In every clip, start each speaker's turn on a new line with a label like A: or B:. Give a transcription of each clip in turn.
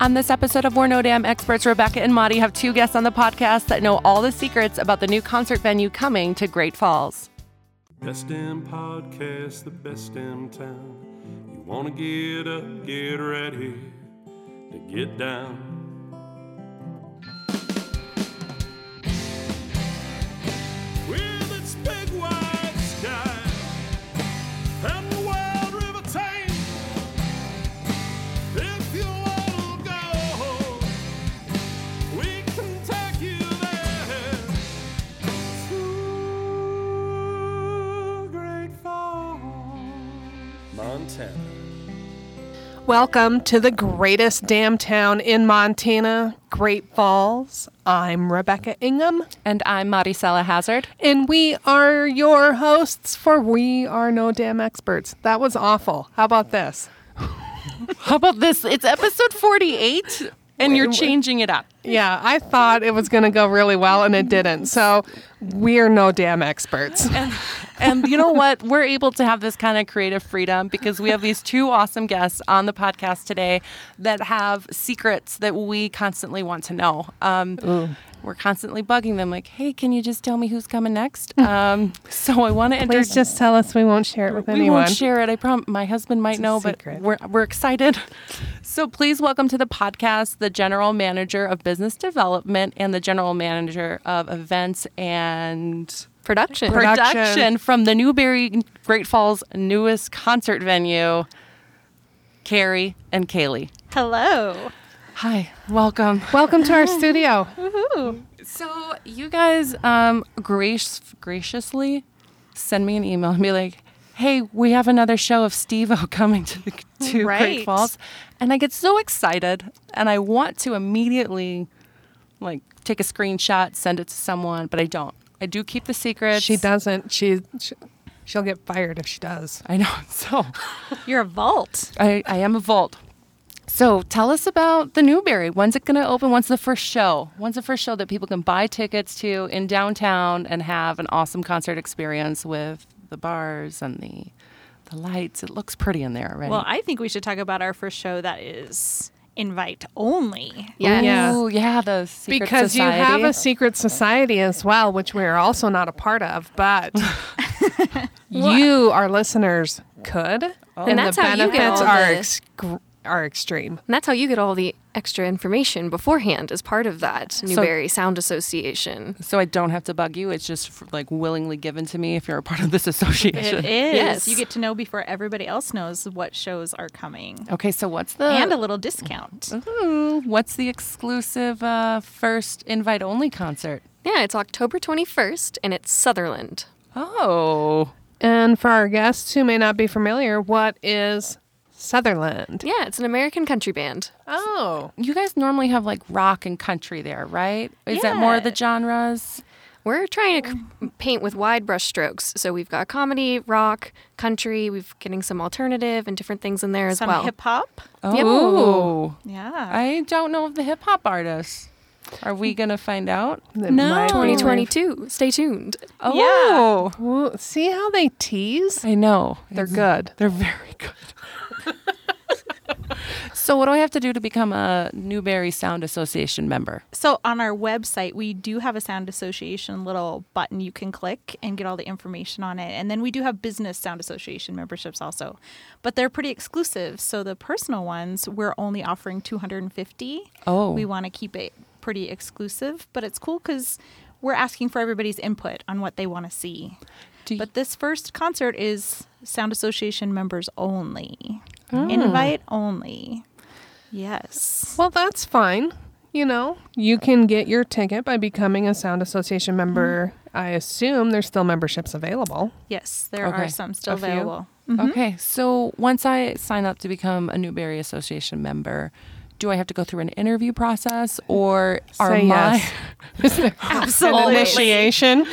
A: On this episode of We're No Damn Experts, Rebecca and Madi have two guests on the podcast that know all the secrets about the new concert venue coming to Great Falls.
B: Best damn podcast, the best damn town. You wanna get up, get ready to get down. With its big wide sky and the wild river Thames, if you wanna go, we can take you there. Montana.
C: Welcome to the greatest damn town in Montana, Great Falls. I'm Rebecca Ingham,
A: And I'm Maricela Hazard.
C: and we are your hosts for We Are No Damn Experts. That was awful. How about this?
A: How about this? It's episode 48, and you're changing it up.
C: Yeah, I thought it was going to go really well, and it didn't. So we're no damn experts.
A: And, and you know what? We're able to have this kind of creative freedom because we have these two awesome guests on the podcast today that have secrets that we constantly want to know. Um, we're constantly bugging them, like, hey, can you just tell me who's coming next? Um, so I want to enter-
C: Please just tell us we won't share it with
A: We
C: anyone.
A: won't share it. I prom. My husband might
C: a
A: know, but
C: secret.
A: we're we're excited. So please welcome to the podcast the general manager of business development and the general manager of events and
D: production.
C: Production.
A: production from the Newberry Great Falls newest concert venue. Carrie and Kaylee.
D: Hello.
A: Hi, welcome.
C: Welcome to our studio.
A: So you guys um, grace graciously send me an email and be like, "Hey, we have another show of Steve-O coming to the, to Great
D: Right.
A: Falls," and I get so excited and I want to immediately like take a screenshot, send it to someone, but I don't. I do keep the secret.
C: She doesn't. She, she she'll get fired if she does.
A: I know. So
D: You're a vault.
A: I, I am a vault. So tell us about the Newberry. When's it going to open? When's the first show? When's the first show that people can buy tickets to in downtown and have an awesome concert experience with the bars and the the lights? It looks pretty in there already.
E: Well, I think we should talk about our first show that is invite only.
D: Yes.
C: Yeah.
A: Ooh, yeah, the secret
C: because
A: society.
C: you have a secret society as well, which we are also not a part of, but you, our listeners, could,
D: Oh. And that's
C: the
D: how you get
C: benefits
D: all
C: are
D: the-
C: excre- are extreme.
D: And that's how you get all the extra information beforehand as part of that Newberry Sound Association.
A: so I don't have to bug you. It's just f- like willingly given to me if you're a part of this association.
E: It is.
D: Yes.
E: You get to know before everybody else knows what shows are coming.
A: Okay, so what's the
E: and a little discount.
A: uh-huh. Ooh, what's the exclusive uh, first invite only concert?
D: Yeah, it's October 21st and it's Sutherland.
A: Oh.
C: And for our guests who may not be familiar, what is Sutherland?
D: Yeah, it's an American country band.
C: Oh,
A: You guys normally have like rock and country there, right? Is that more of the
E: Yeah.
A: genres?
D: We're trying to c- paint with wide brush strokes. So we've got comedy, rock, country, we've getting some alternative and different things in there as
E: Some
D: well.
E: hip hop.
D: Yep.
A: Oh.
E: Yeah.
A: uh, I don't know of the hip hop artists. Are we going to find out?
C: That No. might be
D: 2022. Stay tuned.
A: Oh.
C: well, see how they tease?
A: I know. They're
C: They're
D: Mm-hmm.
C: good.
A: they're very good. so what do I have to do to become a Newberry Sound Association member?
E: so on our website, we do have a sound association little button you can click and get all the information on it. And then we do have business sound association memberships also, but they're pretty exclusive. So the personal ones, we're only offering 250.
A: Oh.
E: we want to keep it pretty exclusive, but it's cool because we're asking for everybody's input on what they want to see.
A: Do you-
E: But this first concert is sound association members only,
A: Oh.
E: invite only. Yes.
C: Well, that's fine. You know, you can get your ticket by becoming a Sound Association member.
D: Mm-hmm.
C: I assume there's still memberships available.
E: Yes, there
A: Okay.
E: are some still
A: A few?
E: available.
A: Okay. So once I sign up to become a Newberry Association member, do I have to go through an interview process or are
C: Say
A: my
C: yes. An
E: Absolutely.
C: initiation.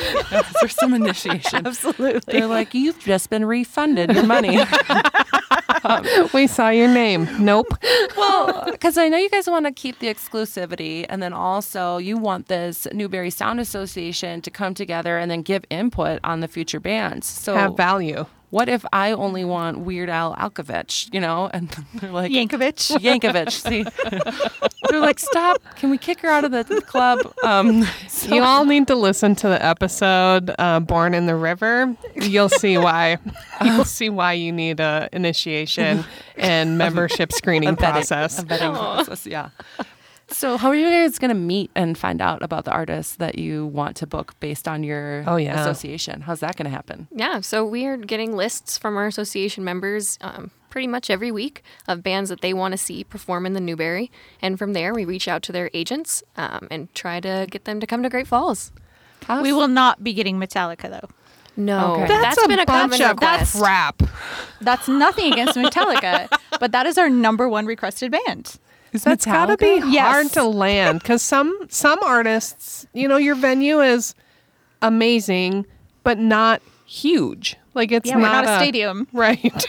A: There's some initiation.
E: Absolutely.
A: They're like, you've just been refunded your money.
C: we saw your name. Nope.
A: well, because I know you guys want to keep the exclusivity, and then also you want this Newberry Sound Association to come together and then give input on the future bands. So
C: Have value.
A: what if I only want Weird Al Alkovich? You know, and they're like,
E: Yankovic.
A: Yankovic. See, they're like, stop. Can we kick her out of the club? Um,
C: You all need to listen to the episode uh, "Born in the River." You'll see why. You'll see why you need a initiation and membership screening process.
A: A vetting process, yeah. So, how are you guys going to meet and find out about the artists that you want to book based on your
C: Oh, yeah.
A: association? How's that going to happen?
D: Yeah, so we are getting lists from our association members um, pretty much every week of bands that they want to see perform in the Newberry. And from there, we reach out to their agents um, and try to get them to come to Great Falls.
E: We will not be getting Metallica though.
D: No,
A: Okay.
D: Oh, that's been a common request.
C: that's rap.
E: That's nothing against Metallica, but that is our number one requested band.
C: That's got to be
E: Yes.
C: hard to land because some some artists, you know, your venue is amazing, but not huge. Like it's
E: Yeah, we're not a
C: a
E: stadium.
C: right?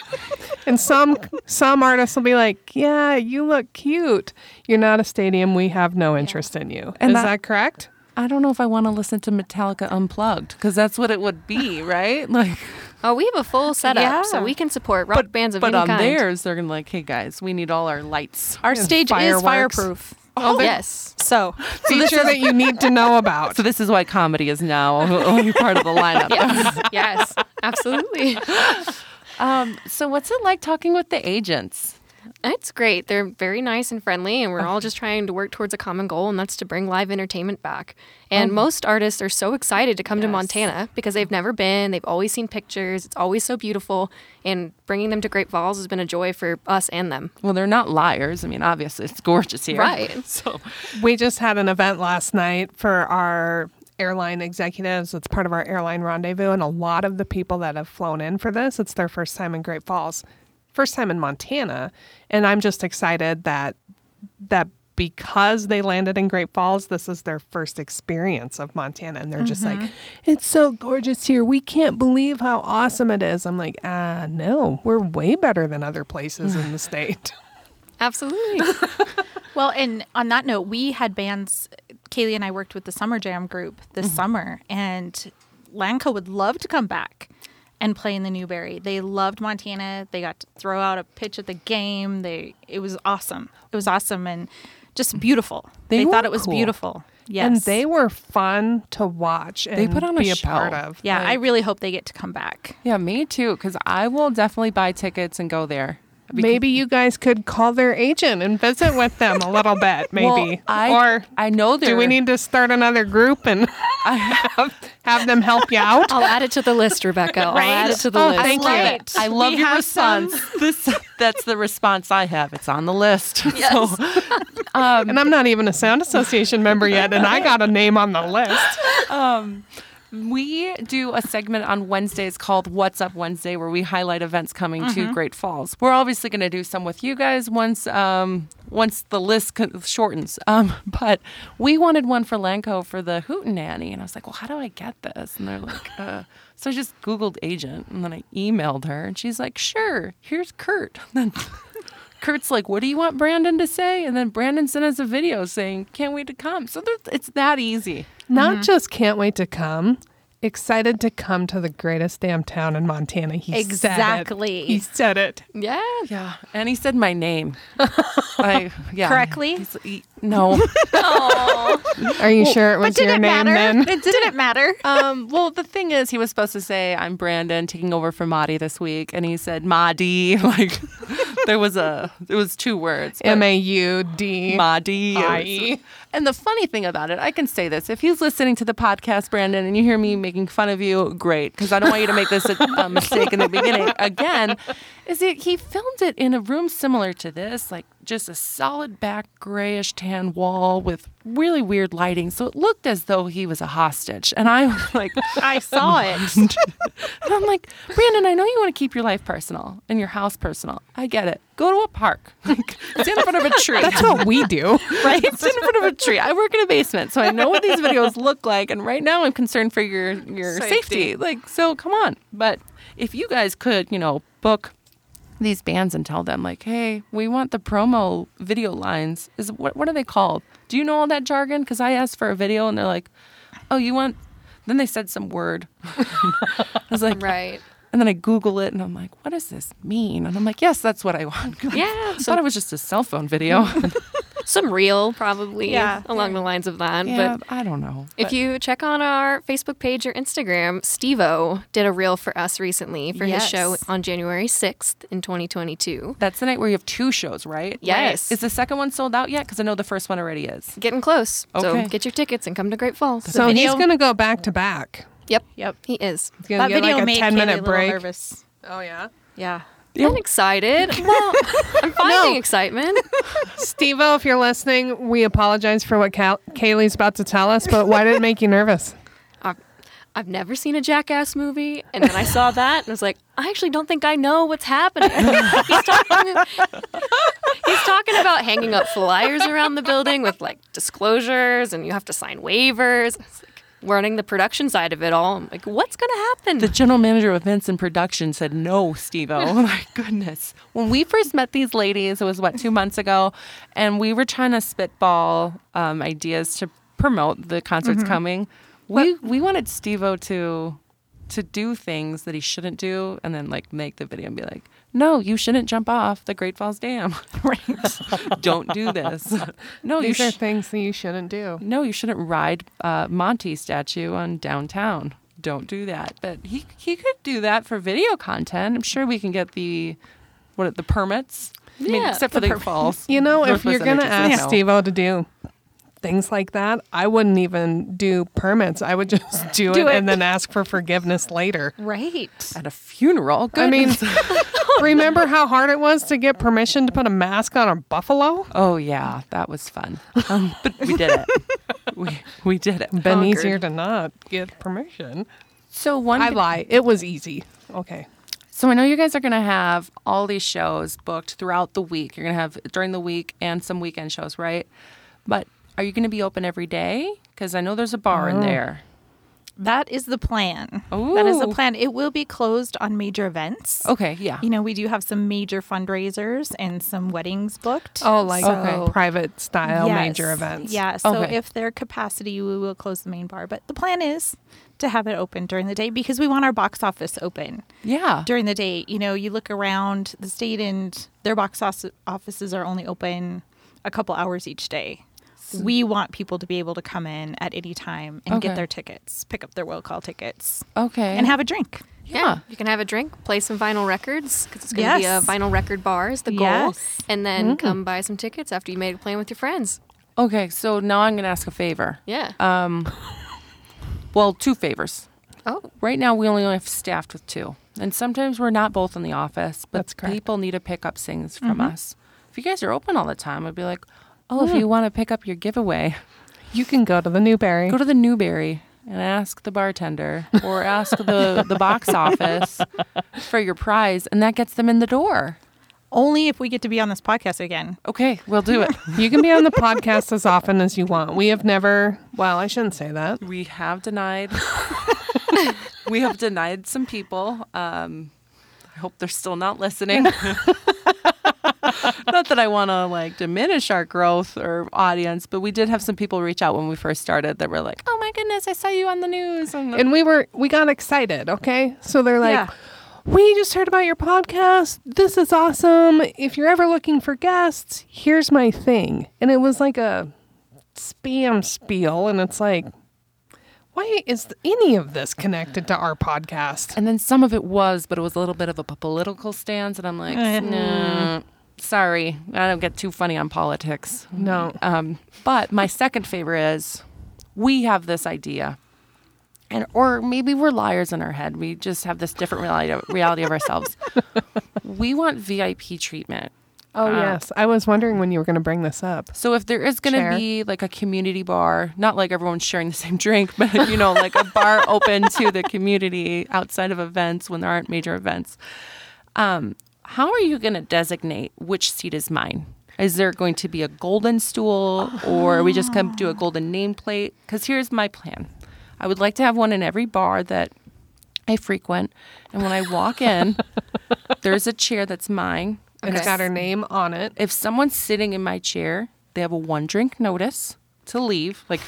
C: and some some artists will be like, "Yeah, you look cute. You're not a stadium. We have no interest in you."
A: And
C: is
A: that-
C: that, correct?
A: I don't know if I want to listen to Metallica Unplugged because that's what it would be, right? Like,
D: Oh, we have a full setup,
E: Yeah.
D: so we can support rock bands of
A: but
D: any
A: on
D: kind.
A: theirs, they're going to like, hey guys, we need all our lights.
E: Our stage is
C: fireworks.
E: fireproof.
D: Oh, yes.
E: So
C: Feature that you need to know about.
A: So this is why comedy is now only part of the lineup.
D: Yes, yes, absolutely.
A: Um, so what's it like talking with the agents?
D: It's great. They're very nice and friendly, and we're all just trying to work towards a common goal, and that's to bring live entertainment back. And most artists are so excited to come to Montana because they've never been. They've always seen pictures. It's always so beautiful, and bringing them to Great Falls has been a joy for us and them.
A: Well, they're not liars. I mean, obviously, it's gorgeous here.
D: Right.
A: So
C: We just had an event last night for our airline executives. It's part of our airline rendezvous, and a lot of the people that have flown in for this, it's their first time in Great Falls, first time in Montana, and I'm just excited that that because they landed in Great Falls, this is their first experience of Montana, and they're just like, "It's so gorgeous here. We can't believe how awesome it is." I'm like, "Ah, no, we're way better than other places in the state."
D: Absolutely.
E: Well, and on that note, we had bands. Kaylee and I worked with the Summer Jam group this summer, and Lanco would love to come back and play in the Newberry. They loved Montana. They got to throw out a pitch at the game. They it was awesome. It was awesome and just beautiful.
C: They
E: They, thought
C: were
E: it was
C: cool.
E: beautiful. Yes,
C: And they were fun to watch. And
A: They put on a
C: be a
A: show.
C: part of.
E: Yeah, I
C: Like,
E: really hope they get to come back.
A: yeah, me too. Because I will definitely buy tickets and go there. Because-
C: maybe you guys could call their agent and visit with them a little bit, maybe.
A: Well, I,
C: or
A: I know there.
C: do we need to start another group and have, have them help you out?
D: I'll add it to the list, Rebecca. I'll add it to the
C: Oh,
D: list.
C: thank
E: love
C: you.
E: it.
A: I love
E: We
A: your
E: have some-
A: response. This that's the response I have. It's on the list. Yes. Um,
C: And I'm not even a sound association member yet, and I got a name on the list.
A: Mm-hmm. We do a segment on Wednesdays called What's Up Wednesday, where we highlight events coming to Great Falls. We're obviously going to do some with you guys once um, once the list co- shortens. Um, but we wanted one for Lanco for the Hootenanny, and I was like, "Well, how do I get this?" And they're like, uh. "So I just Googled agent, and then I emailed her, and she's like, "Sure, here's Kurt." And then Kurt's like, "What do you want Brandon to say?" And then Brandon sent us a video saying, "Can't wait to come." So there's- it's that easy.
C: Not just can't wait to come, excited to come to the greatest damn town in Montana. He said it.
E: Exactly.
C: He said it.
D: Yeah.
A: Yeah, and he said my name. I, yeah,
E: Correctly?
A: He's- he- no.
C: Are you sure it was
E: Did
C: your
E: it
C: name
E: matter?
C: then?
E: It didn't matter.
A: um, well, the thing is, he was supposed to say I'm Brandon taking over for Madi this week, and he said Madi. Like there was a, it was two words. but
C: M A U D.
A: Madi.
C: I-
A: And the funny thing about it, I can say this: if he's listening to the podcast, Brandon, and you hear me making fun of you, great, because I don't want you to make this a, a mistake in the beginning again. Is it he filmed it in a room similar to this, like just a solid back grayish tan wall with really weird lighting, so it looked as though he was a hostage. And I was like,
E: I saw it.
A: and I'm like, Brandon, I know you want to keep your life personal and your house personal. I get it. Go to a park. Like, stand in front of a tree.
C: That's what we do.
A: right? It's in front of a tree. I work in a basement, so I know what these videos look like. And right now, I'm concerned for your your safety. Like, so come on. But if you guys could, you know, book these bands and tell them like, hey, we want the promo video lines. Is what what are they called? Do you know all that jargon? Because I asked for a video, and they're like, oh, you want. Then they said some word. I was like,
D: Right.
A: And then I Google it and I'm like, what does this mean? And I'm like, yes, that's what I want.
D: Yeah,
A: I
D: so-
A: thought it was just a cell phone video.
D: Some real, probably,
E: Yeah.
D: along the lines of that.
A: yeah,
D: but
A: I don't know.
D: If you check on our Facebook page or Instagram, Stevo did a reel for us recently for his show
E: Yes.
D: on January 6th in 2022.
A: That's the night where you have two shows, right?
D: Yes.
A: Is the second one sold out yet? Because I know the first one already is.
D: Getting close.
A: Okay.
D: So get your tickets and come to Great Falls.
C: So he's
E: video-
C: going to go back to back.
D: yep.
E: Yep.
D: He is.
C: He's going to get like a
E: made
C: 10
E: Kaylee
C: minute
E: a little
C: break.
E: nervous.
C: Oh, yeah.
E: Yeah.
D: I'm excited. Well, I'm finding excitement.
C: Steve if you're listening, we apologize for what Cal- Kaylee's about to tell us, but why did it make you nervous?
D: I've, I've never seen a Jackass movie, and then I saw that, and I was like, I actually don't think I know what's happening. he's talking. He's talking about hanging up flyers around the building with like disclosures, and you have to sign waivers. It's like learning the production side of it all. I'm like, what's gonna happen?
A: The general manager of events and production said, No, Steve O. My goodness. When we first met these ladies, it was what, two months ago? And we were trying to spitball um, ideas to promote the concerts coming. We, we wanted Steve O to, to do things that he shouldn't do and then like make the video and be like, No, you shouldn't jump off the Great Falls Dam.
E: Right.
A: Don't do this. no, you
C: These are
A: should.
C: things that you shouldn't do.
A: no, you shouldn't ride uh, Monty statue on downtown. Don't do that. But he he could do that for video content. I'm sure we can get the what are the permits. I mean,
D: Yeah,
A: except for the falls.
C: You know, if you're going to ask
A: Steve.
C: Steve O to do things like that, I wouldn't even do permits. I would just do,
E: Do
C: it, and
E: it.
C: then ask for forgiveness later.
E: Right.
A: at a funeral.
C: I mean,
A: goodness.
E: Oh,
C: remember how hard it was to get permission to put a mask on a buffalo?
A: oh yeah, that was fun. Um, but we did it. we we did it.
C: Been
D: Conquered.
C: easier to not get permission.
A: So one
C: I
A: big-
C: lie. It was easy. Okay.
A: So I know you guys are going to have all these shows booked throughout the week. You're going to have during the week and some weekend shows, right? But are you going to be open every day? Because I know there's a bar in there.
E: That is the plan. That is the
A: Ooh.
E: plan. It will be closed on major events.
A: Okay, yeah.
E: You know, we do have some major fundraisers and some weddings booked.
C: Oh, like
A: Okay.
C: private style major
E: Yes.
C: events.
E: Yeah. So
A: Okay.
E: if their capacity, we will close the main bar. But the plan is to have it open during the day because we want our box office open
A: yeah.
E: during the day. You know, you look around the state and their box os- offices are only open a couple hours each day. We want people to be able to come in at any time and
A: Okay.
E: get their tickets, pick up their will call tickets,
A: okay.
E: and have a drink.
A: yeah.
D: You can have a drink, play some vinyl records because it's going to
E: Yes.
D: be a vinyl record bar is the goal,
E: Yes.
D: and then
A: Mm-hmm.
D: come buy some tickets after you made a plan with your friends.
A: Okay, so now I'm going to ask a favor.
D: Yeah.
A: Um well, two favors.
D: oh,
A: Right now we only have staffed with two. And sometimes we're not both in the office, but
C: That's correct.
A: people need to pick up things from
E: Mm-hmm.
A: us. If you guys are open all the time, I'd be like, "Oh,
E: Hmm.
A: if you want to pick up your giveaway,
C: You can go to the Newberry.
A: go to the Newberry and ask the bartender or ask the, the box office for your prize, and that gets them in the door.
E: Only if we get to be on this podcast again.
A: Okay, we'll do it.
C: you can be on the podcast as often as you want. We have never, well, I shouldn't say that.
A: we have denied. we have denied some people. Um, I hope they're still not listening. not that I want to like diminish our growth or audience, but we did have some people reach out when we first started that were like, "Oh my goodness, I saw you on the news." And,
C: And we were, we got excited. Okay. So they're like,
E: Yeah.
C: we just heard about your podcast. This is awesome. If you're ever looking for guests, here's my thing. And it was like a spam spiel. And it's like, why is any of this connected to our podcast?
A: And then some of it was, but it was a little bit of a p- political stance, and I'm like,
E: Eh.
A: no, sorry, I don't get too funny on politics.
C: No.
A: Um, but my second favorite is we have this idea, and or maybe we're liars in our head. We just have this different reality reality of ourselves. we want VIP treatment.
C: Oh,
A: Uh,
C: yes. I was wondering when you were going to bring this up.
A: So if there is going
C: Share.
A: to be like a community bar, not like everyone's sharing the same drink, but you know, like a bar open to the community outside of events when there aren't major events. Um, how are you going to designate which seat is mine? Is there going to be a golden stool, or are we just going to
C: Ah.
A: do a golden nameplate? Because here's my plan: I would like to have one in every bar that I frequent, and when I walk in, there's a chair that's mine
C: It's
D: Okay.
C: got her name on it.
A: if someone's sitting in my chair, they have a one drink notice to leave, like,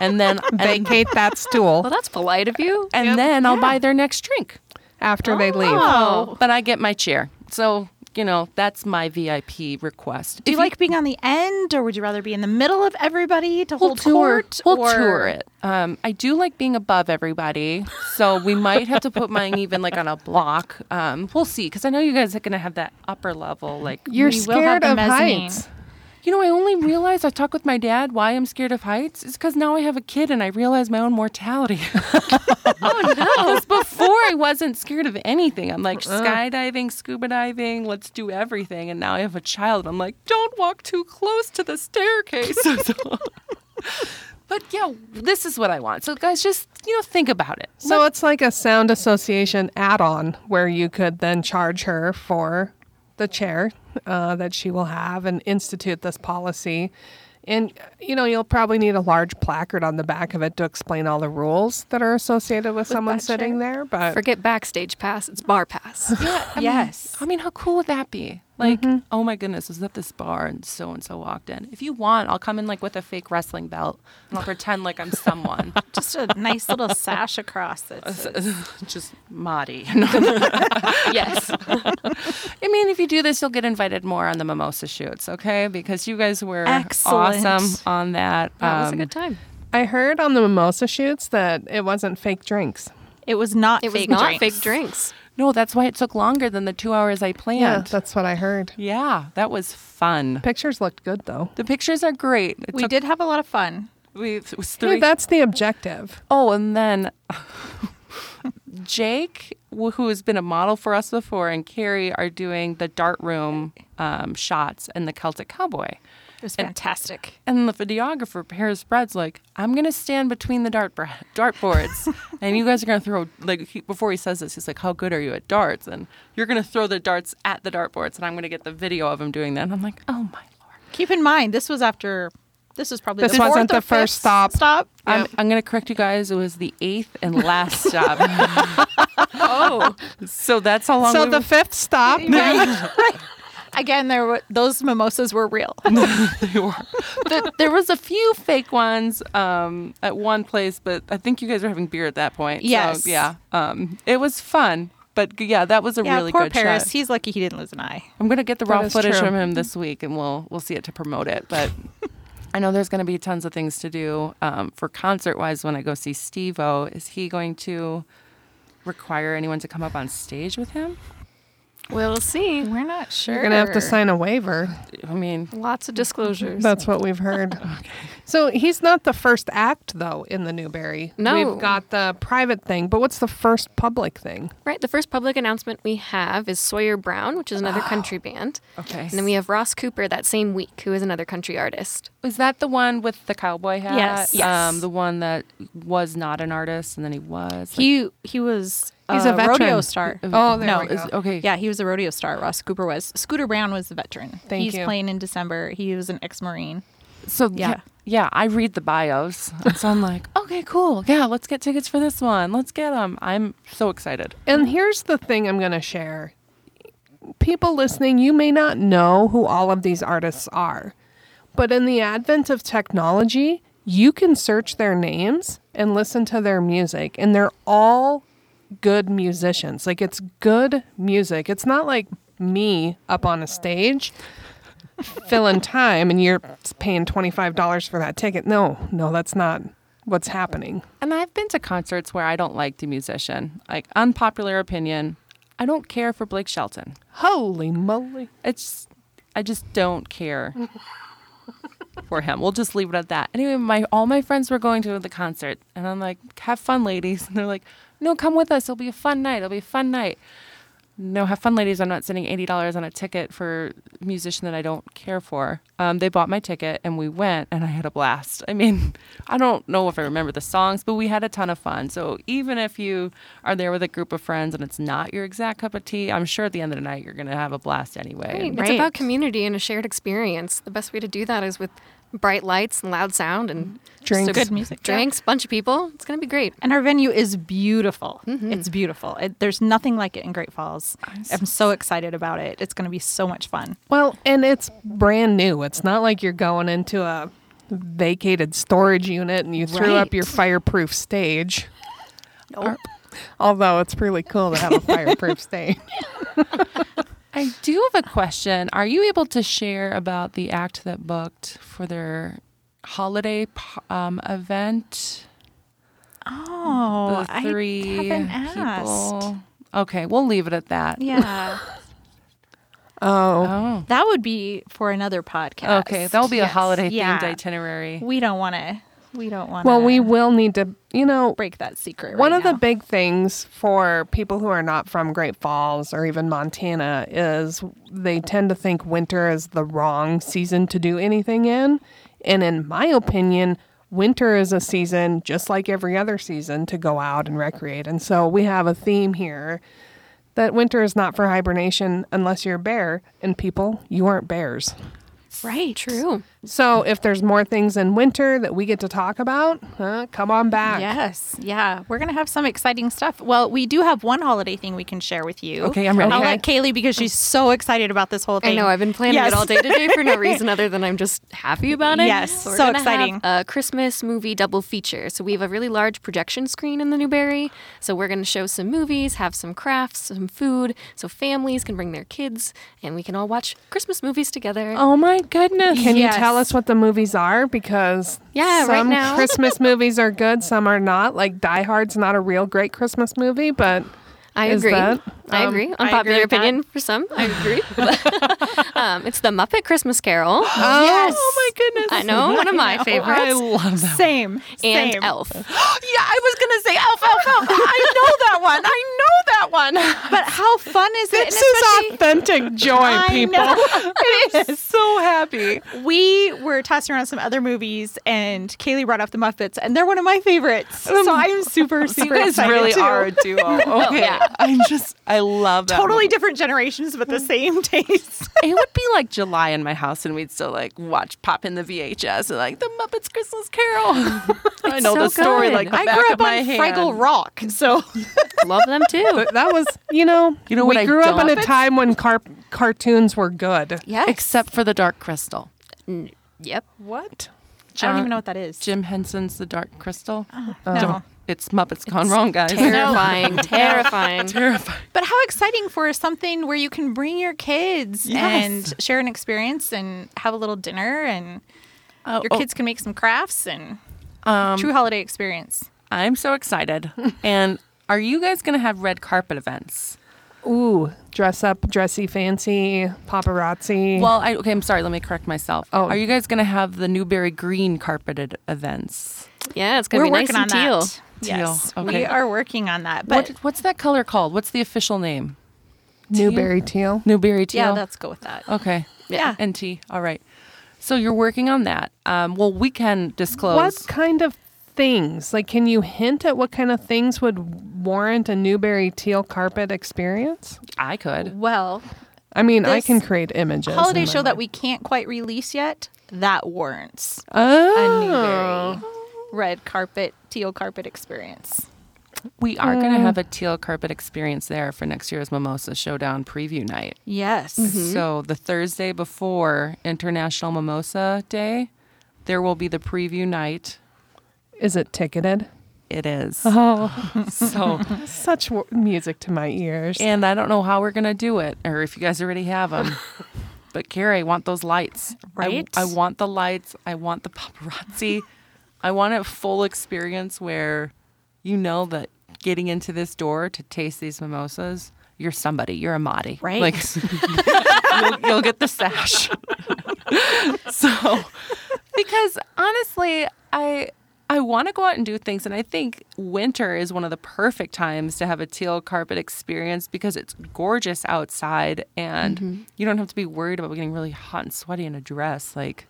A: and then and,
C: Vacate that stool.
D: well, that's polite of you.
A: and then I'll buy their next drink.
C: after
A: Ah,
C: they leave.
E: Oh.
A: But I get my chair. So, you know, that's my VIP request.
E: Do you
A: If
E: like being on the end, or would you rather be in the middle of everybody to
A: We'll
E: hold
A: tour.
E: court?
A: We'll
E: or-
A: tour it. Um, I do like being above everybody, so we might have to put mine even like on a block. Um, we'll see, because I know you guys are gonna have that upper level. Like,
C: You're
E: We will have
C: scared
E: the
C: of
E: mezzanine.
C: heights.
A: you know, I only realized I talked with my dad why I'm scared of heights is because now I have a kid and I realize my own mortality. Because before I wasn't scared of anything. I'm like skydiving, scuba diving, let's do everything. And now I have a child. I'm like, don't walk too close to the staircase. So- but yeah, this is what I want. So guys, just you know, think about it.
C: So it's like a sound association add-on where you could then charge her for the chair uh, that she will have and institute this policy. And you know you'll probably need a large placard on the back of it to explain all the rules that are associated with, someone
D: that
C: sitting
D: chair.
C: there. But
D: Forget backstage pass, it's bar pass.
E: Yes.
A: I mean, how cool would that be? Like, oh my goodness, I was at this bar and so and so walked in. If you want, I'll come in like with a fake wrestling belt and I'll pretend like I'm someone.
E: Just a nice little sash across it.
A: Just Marty.
D: yes.
A: I mean, if you do this, you'll get invited more on the mimosa shoots, okay? Because you guys were
E: Excellent.
A: awesome on that.
D: That was a
A: Um,
D: good time.
C: I heard on the mimosa shoots that it wasn't fake drinks.
E: It was not
D: It was
E: fake
D: not
E: drinks.
D: fake drinks.
A: No, that's why it took longer than the two hours I
C: Yeah,
A: planned. Yeah,
C: that's what I heard.
A: that was fun.
C: Pictures looked good though.
A: The pictures are great. It
E: We
A: took-
E: did have a lot of fun.
A: We, it was
C: Hey,
A: three.
C: that's the objective.
A: Oh, and then Jake, wh- who has been a model for us before, and Carrie are doing the dart room um, shots and the Celtic cowboy.
E: It was fantastic.
A: And the videographer, Paris Bread's like, I'm going to stand between the dart bra- dartboards. and you guys are going to throw, like, he, before he says this, he's like, How good are you at darts? And you're going to throw the darts at the dartboards. And I'm going to get the video of him doing that. And I'm like, Oh my Lord.
E: Keep in mind, this was after. This was probably
C: This
E: the
C: wasn't
E: fourth or
C: the first
E: fifth
C: stop.
E: Stop.
A: I'm, I'm going to correct you guys. It was the eighth and last stop.
D: Oh,
A: so that's how long
C: So
A: we-
C: the fifth stop.
E: Right. right. Again, there were, those mimosas were real.
A: Th- there was a few fake ones um, at one place, but I think you guys were having beer at that point.
E: Yes.
A: So, yeah. Um, it was fun, but g- yeah, that was a
E: yeah,
A: really
E: poor
A: good
E: Paris.
A: shot.
E: He's lucky he didn't lose an eye.
A: I'm gonna get the raw
C: is
A: footage
C: true.
A: from him this week, and we'll we'll see it to promote it. But I know there's gonna be tons of things to do um, for concert wise when I go see Steve-O. Is he going to require anyone to come up on stage with him?
D: we'll see.
E: We're not sure.
C: You're gonna have to sign a waiver.
A: I mean,
D: Lots of disclosures.
C: That's what we've heard. So he's not the first act, though, in the Newberry.
D: No.
C: We've got the private thing, but what's the first public thing?
D: Right. The first public announcement we have is Sawyer Brown, which is another country band.
A: okay.
D: And then we have Ross Cooper that same week, who is another country artist.
A: Is that the one with the cowboy hat?
E: Yes. Yes.
A: Um, the one that was not an artist and then he was. like-
E: He he was
C: He's
E: uh,
C: a veteran.
E: rodeo star.
C: Oh, there
E: no,
C: we go.
A: okay.
E: Yeah, he was a rodeo star. Ross Cooper was. Scooter Brown was the veteran.
C: Thank
E: He's
C: you.
E: playing in December. He was an ex-marine.
A: So yeah.
E: Yeah.
A: yeah, I read the bios, and so I'm like, okay, cool. Yeah, let's get tickets for this one. Let's get them. I'm so excited.
C: And here's the thing I'm going to share. People listening, you may not know who all of these artists are, but in the advent of technology, you can search their names and listen to their music, and they're all good musicians. Like, it's good music. It's not like me up on a stage filling time and you're paying $25 for that ticket. No, no, that's not what's happening.
A: And I've been to concerts where I don't like the musician. Like unpopular opinion, I don't care for Blake Shelton.
C: Holy moly.
A: It's I just don't care for him. We'll just leave it at that. Anyway, my all my friends were going to the concert, and I'm like, "Have fun, ladies." And they're like, "No, come with us. It'll be a fun night. It'll be a fun night." No, have fun, ladies. I'm not spending eighty dollars on a ticket for a musician that I don't care for. Um, they bought my ticket, and we went, and I had a blast. I mean, I don't know if I remember the songs, but we had a ton of fun. So even if you are there with a group of friends and it's not your exact cup of tea, I'm sure at the end of the night you're gonna have a blast anyway. And-
D: It's about community and a shared experience. The best way to do that is with bright lights and loud sound and
E: Mm-hmm.
C: Drinks.
E: Good music.
D: Drinks, bunch of people. It's gonna be great.
E: And our venue is beautiful.
C: Mm-hmm.
E: It's beautiful. It, there's nothing like it in Great Falls. I'm so, excited about it. It's going to be so much fun.
C: Well, and it's brand new. It's not like you're going into a vacated storage unit and you threw up
D: Right.
C: your fireproof stage.
A: Our,
C: Although it's really cool to have a fireproof stage.
A: I do have a question. Are you able to share about the act that booked for their holiday p- um, event?
E: Oh,
A: the three
E: I haven't asked.
A: people. Okay, we'll leave it at that.
E: Yeah,
C: Oh,
A: Oh,
E: that would be for another podcast.
A: okay. That will be a
E: Yes.
A: holiday themed
E: Yeah.
A: itinerary.
E: We don't want to. We don't want.
C: well, we will need to, you know,
E: break that secret.
C: One
E: right
C: of the
E: now.
C: big things for people who are not from Great Falls or even Montana is they tend to think winter is the wrong season to do anything in. And in my opinion, winter is a season just like every other season to go out and recreate. And so we have a theme here that winter is not for hibernation unless you're a bear. And people, you aren't bears.
D: Right. True.
C: So if there's more things in winter that we get to talk about, huh, come on back.
E: Yes, yeah, we're gonna have some exciting stuff. Well, we do have one holiday thing we can share with you.
A: Okay, I'm ready.
E: I'll
C: Okay.
E: let Kaylee because she's so excited about this whole
D: I
E: thing.
D: know. I've been planning
E: Yes.
D: it all day today for no reason other than I'm just happy about it.
E: Yes,
D: We're
E: so
D: gonna
E: exciting.
D: Have a Christmas movie double feature. So we have a really large projection screen in the Newberry. So we're going to show some movies, have some crafts, some food, so families can bring their kids and we can all watch Christmas movies together.
A: Oh my goodness.
C: Can
E: Yes.
C: you tell us what the movies are? Because
D: Yeah, right
C: some
D: now.
C: Christmas movies are good, some are not. Like Die Hard's not a real great Christmas movie, but
D: I
C: Is
D: agree.
C: that-
D: I
C: um,
D: agree.
C: I agree
D: Unpopular
C: with
D: opinion for some. I agree. um, it's the Muppet Christmas Carol.
C: oh,
E: Yes.
A: Oh my goodness.
D: I know one of my
A: I
D: favorites.
A: love that.
E: Same,
D: And
E: same.
D: Elf.
A: Yeah, I was going to say elf, elf, elf. I know that one. I know that one.
E: But how fun is it?
C: this
E: And especially-
C: is authentic joy,
E: I
C: people.
E: know.
A: I'm so happy.
E: we were tossing around some other movies, and Kaylee brought up the Muppets, and they're one of my favorites. So I am super,
A: So Um, you
E: super
A: guys
E: excited.
A: really
E: too.
A: are a duo. Okay.
D: yeah.
A: I'm just, I love that.
E: totally different generations, but the same taste.
A: it would be like July in my house, and we'd still like watch pop in the VHS and like the Muppets Christmas Carol. I know
D: so
A: the story
D: good.
A: like the
D: I
A: back
E: Grew
A: of
E: up
A: my
E: on
A: hand.
E: Fraggle Rock, so
D: Love them too.
C: But that was, you know,
A: You know what
C: we
A: I
C: grew up in a
A: don't-
C: time when car- cartoons were good.
D: Yes.
A: except for the Dark Crystal.
D: Yep.
C: What?
E: I
A: John-
E: don't even know what that is.
A: Jim Henson's The Dark Crystal.
E: Uh-huh. no.
A: It's Muppets Gone Wrong, guys.
D: Terrifying. terrifying.
A: Terrifying.
E: But how exciting for something where you can bring your kids
A: Yes.
E: and share an experience and have a little dinner and
A: Oh,
E: your
A: oh,
E: kids can make some crafts and
A: um,
E: true holiday experience.
A: oh, I'm so excited. and are you guys going to have red carpet events?
C: Ooh, dress up, dressy, fancy, paparazzi.
A: Well, I, okay, I'm sorry. Let me correct myself.
C: Oh.
A: Are you guys going to have the Newberry green carpeted events?
D: Yeah, it's gonna be nice and teal.
E: that. Yes,
A: Teal,
E: we
A: okay.
E: are working on that. But
A: what, what's that color called? What's the official name?
C: Newberry teal.
A: Newberry teal.
E: yeah, let's go with that.
A: okay.
E: Yeah.
A: And tea. All right. So you're working on that. Um, well, we can disclose.
C: What kind of things? Like, can you hint at what kind of things would warrant a Newberry teal carpet experience?
A: I could.
E: Well,
C: I mean, I
E: This
C: can create images.
E: holiday show that we can't quite release yet that warrants a
C: Oh,
E: Newberry red carpet, teal carpet experience.
A: We are going to
E: Mm.
A: have a teal carpet experience there for next year's Mimosa Showdown preview night.
E: Yes.
A: So the Thursday before International Mimosa Day, there will be the preview night.
C: is it ticketed?
A: It is.
E: Uh-huh.
C: Oh,
A: so,
C: such w- music to my ears.
A: and I don't know how we're going to do it or if you guys already have them. But Carrie, I want those lights. I-
E: Right?
A: I, want the lights. I want the paparazzi. I want a full experience where you know that getting into this door to taste these mimosas, you're somebody. You're a Mahdi.
E: Right.
A: Like, you'll, you'll get the sash. so because honestly i i want to go out and do things and i think winter is one of the perfect times to have a teal carpet experience because it's gorgeous outside and you don't have to be worried about getting really hot and sweaty in a dress like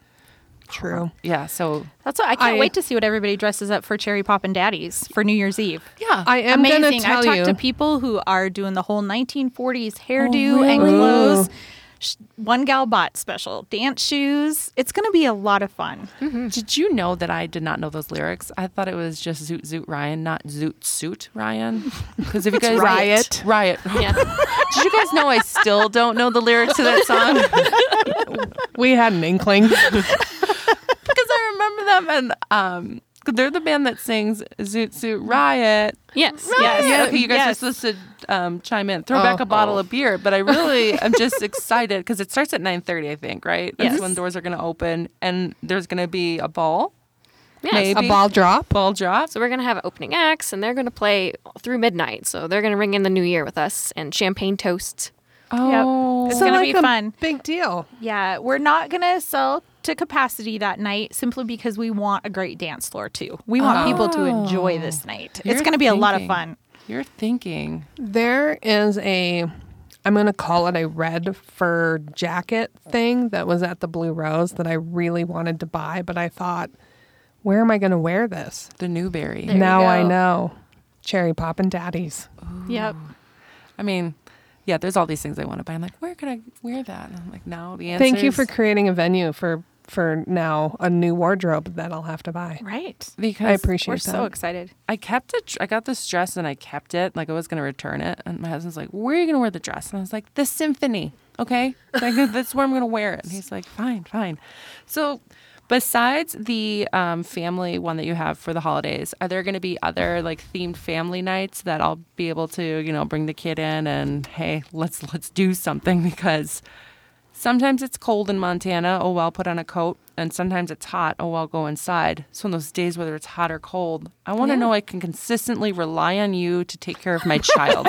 C: True.
A: yeah so
E: That's what I can't
C: I-
E: wait to see what everybody dresses up for Cherry Pop and Daddies for New Year's Eve.
A: yeah
C: I am gonna
E: Amazing.
C: tell
E: I've talked
C: you.
E: to people who are doing the whole 1940s
C: Oh,
E: hairdo
A: really?
E: and
A: Ooh.
E: clothes. Sh- One gal bought special dance shoes. It's going to be a lot of fun.
A: did you know that i did not know those lyrics i thought it was just zoot zoot ryan not zoot suit ryan because if you guys
C: riot.
A: riot
D: Yeah.
A: did you guys know i still don't know the lyrics to that song
C: we had an inkling.
A: because I remember them and um They're the band that sings Zoot Suit Riot.
D: Yes.
A: Yes.
D: Yes.
A: Okay, you guys
E: Yes.
A: are supposed to um, chime in. Throw back a bottle of beer, but I really am just excited because it starts at 9.30, I think, right? That's
D: Yes.
A: when doors are going to open and there's going to be a ball,
D: Yes.
A: Maybe.
C: A ball drop.
A: ball drop.
D: So we're gonna have opening acts, and they're gonna play through midnight. So they're gonna ring in the new year with us and champagne toasts.
A: Oh.
E: It's gonna be
C: a
E: fun.
C: Big deal.
E: Yeah, we're not going to sell to capacity that night simply because we want a great dance floor too. We want people to
C: Oh.
E: enjoy this night.
A: You're
E: it's going to be a lot of
A: thinking.
E: fun.
A: You're thinking.
C: There is a, I'm going to call it a red fur jacket thing that was at the Blue Rose that I really wanted to buy, but I thought, where am I going to wear this?
A: The Newberry.
D: There you
C: now I
D: go.
C: know. Cherry Pop and Daddies.
E: Yep.
A: I mean, yeah, there's all these things I want to buy. I'm like, where could I wear that? And I'm like, now the answer
C: Thank you
A: is-
C: for creating a venue for for now a new wardrobe that I'll have to buy.
E: Right.
A: because
C: I appreciate
E: We're
C: that.
E: so excited.
A: I kept it. I got this dress and I kept it. Like I was gonna return it, and my husband's like, "Where are you gonna wear the dress?" And I was like, "The symphony, okay? Like that's where I'm gonna wear it." And he's like, "Fine, fine." So, besides the um, family one that you have for the holidays, are there gonna be other like themed family nights that I'll be able to, you know, bring the kid in and hey, let's let's do something because Sometimes it's cold in Montana. Oh, well, put on a coat. And sometimes it's hot. Oh, well, go inside. So, on those days, whether it's hot or cold, I want to know I can consistently rely on you to take care of my child.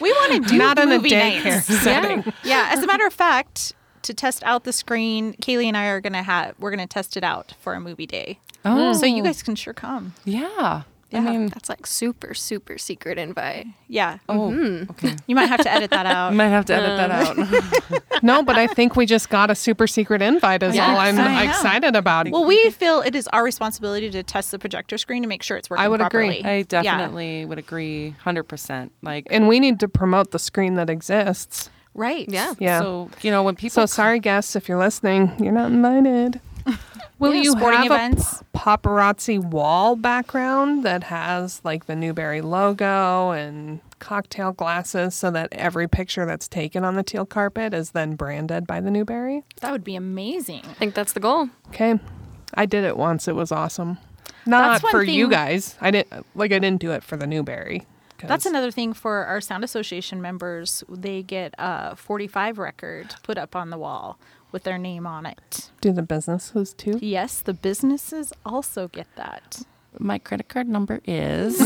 E: We want to do
C: Not in a
E: movie
C: daycare
E: nights.
C: setting.
E: yeah. As a matter of fact, to test out the screen, Kaylee and I are gonna have we're gonna test it out for a movie day.
A: Oh.
E: So you guys can sure come.
A: Mm. yeah. I
E: Yeah.
A: mean,
D: That's like super super secret invite.
E: Yeah.
A: oh, okay. Um,
E: You might have to edit that
A: I
E: out.
A: might have to edit that out.
C: no, but I think we just got a super secret invite is
D: Yes,
C: all I'm
E: I know.
C: excited about.
E: Well, we feel it is our responsibility to test the projector screen to make sure it's working
C: I would agree.
E: properly.
A: I
E: Yeah.
A: definitely would agree 100%. Like,
C: and we need to promote the screen that exists.
E: Right.
D: Yeah.
C: Yeah. So,
A: so, you know, when people.
C: sorry guests if you're listening, you're not invited. Will
E: Yeah,
C: you
E: sporting
C: have
E: events.
C: a p- paparazzi wall background that has like the Newberry logo and cocktail glasses so that every picture that's taken on the teal carpet is then branded by the Newberry?
E: That would be amazing.
D: I think that's the goal.
C: Okay. I did it once. It was awesome. Not
E: That's one
C: for you
E: thing-
C: guys. I didn't like I didn't do it for the Newberry. 'cause-
E: That's another thing for our sound association members. They get a 45 record put up on the wall with their name on it.
C: do the businesses too.
E: Yes, the businesses also get that.
A: my credit card number is.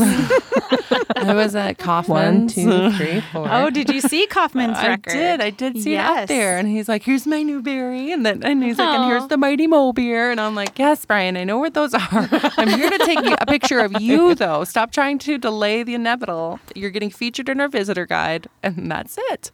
A: I was at
C: One,
A: Kaufman's.
C: two, three, four.
E: Oh, did you see Kaufman's record?
A: I did. I did see it up
E: Yes.
A: there. And he's like, here's my new berry. And then and he's like, and
D: Aw.
A: here's the mighty mole beer. And I'm like, yes, Brian, I know where those are. I'm here to take a picture of you, though. Stop trying to delay the inevitable. You're getting featured in our visitor guide. And that's it.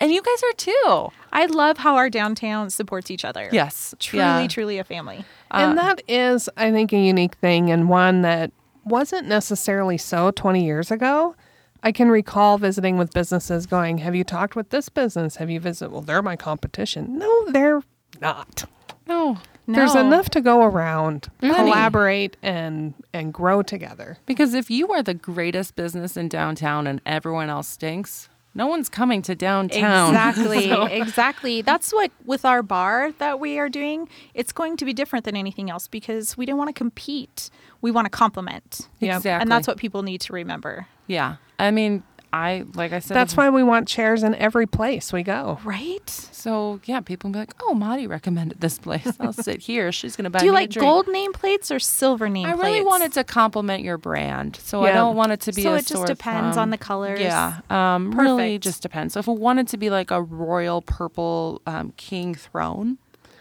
A: And you guys are too.
E: I love how our downtown supports each other.
A: Yes.
E: Truly,
A: Yeah.
E: truly a family.
C: and that is, I think, a unique thing and one that wasn't necessarily so 20 years ago. I can recall visiting with businesses going, Have you talked with this business? Have you visited? Well, they're my competition. No, they're not.
A: No.
C: There's
E: No.
C: enough to go around, collaborate, and and grow together.
A: Because if you are the greatest business in downtown and everyone else stinks, no one's coming to downtown.
E: Exactly. Exactly. That's what with our bar that we are doing, it's going to be different than anything else because we don't want to compete. We want to complement.
C: Yep.
A: Exactly.
E: And that's what people need to remember.
A: Yeah. I mean, I, like I said,
C: That's why we want chairs in every place we go.
E: Right?
A: So yeah, people be like, "Oh, Maddie recommended this place. I'll sit here. She's gonna buy."
E: Do you
A: me a
E: like
A: drink."
E: gold nameplates or silver
A: I
E: nameplates?
A: really wanted to compliment your brand, so I
C: Yeah.
A: don't want it to be.
E: So
A: a
E: it just
A: sore
E: depends
A: thumb.
E: on the colors.
A: Yeah, um, really,
E: Perfect.
A: just depends. So if it wanted to be like a royal purple um, king throne,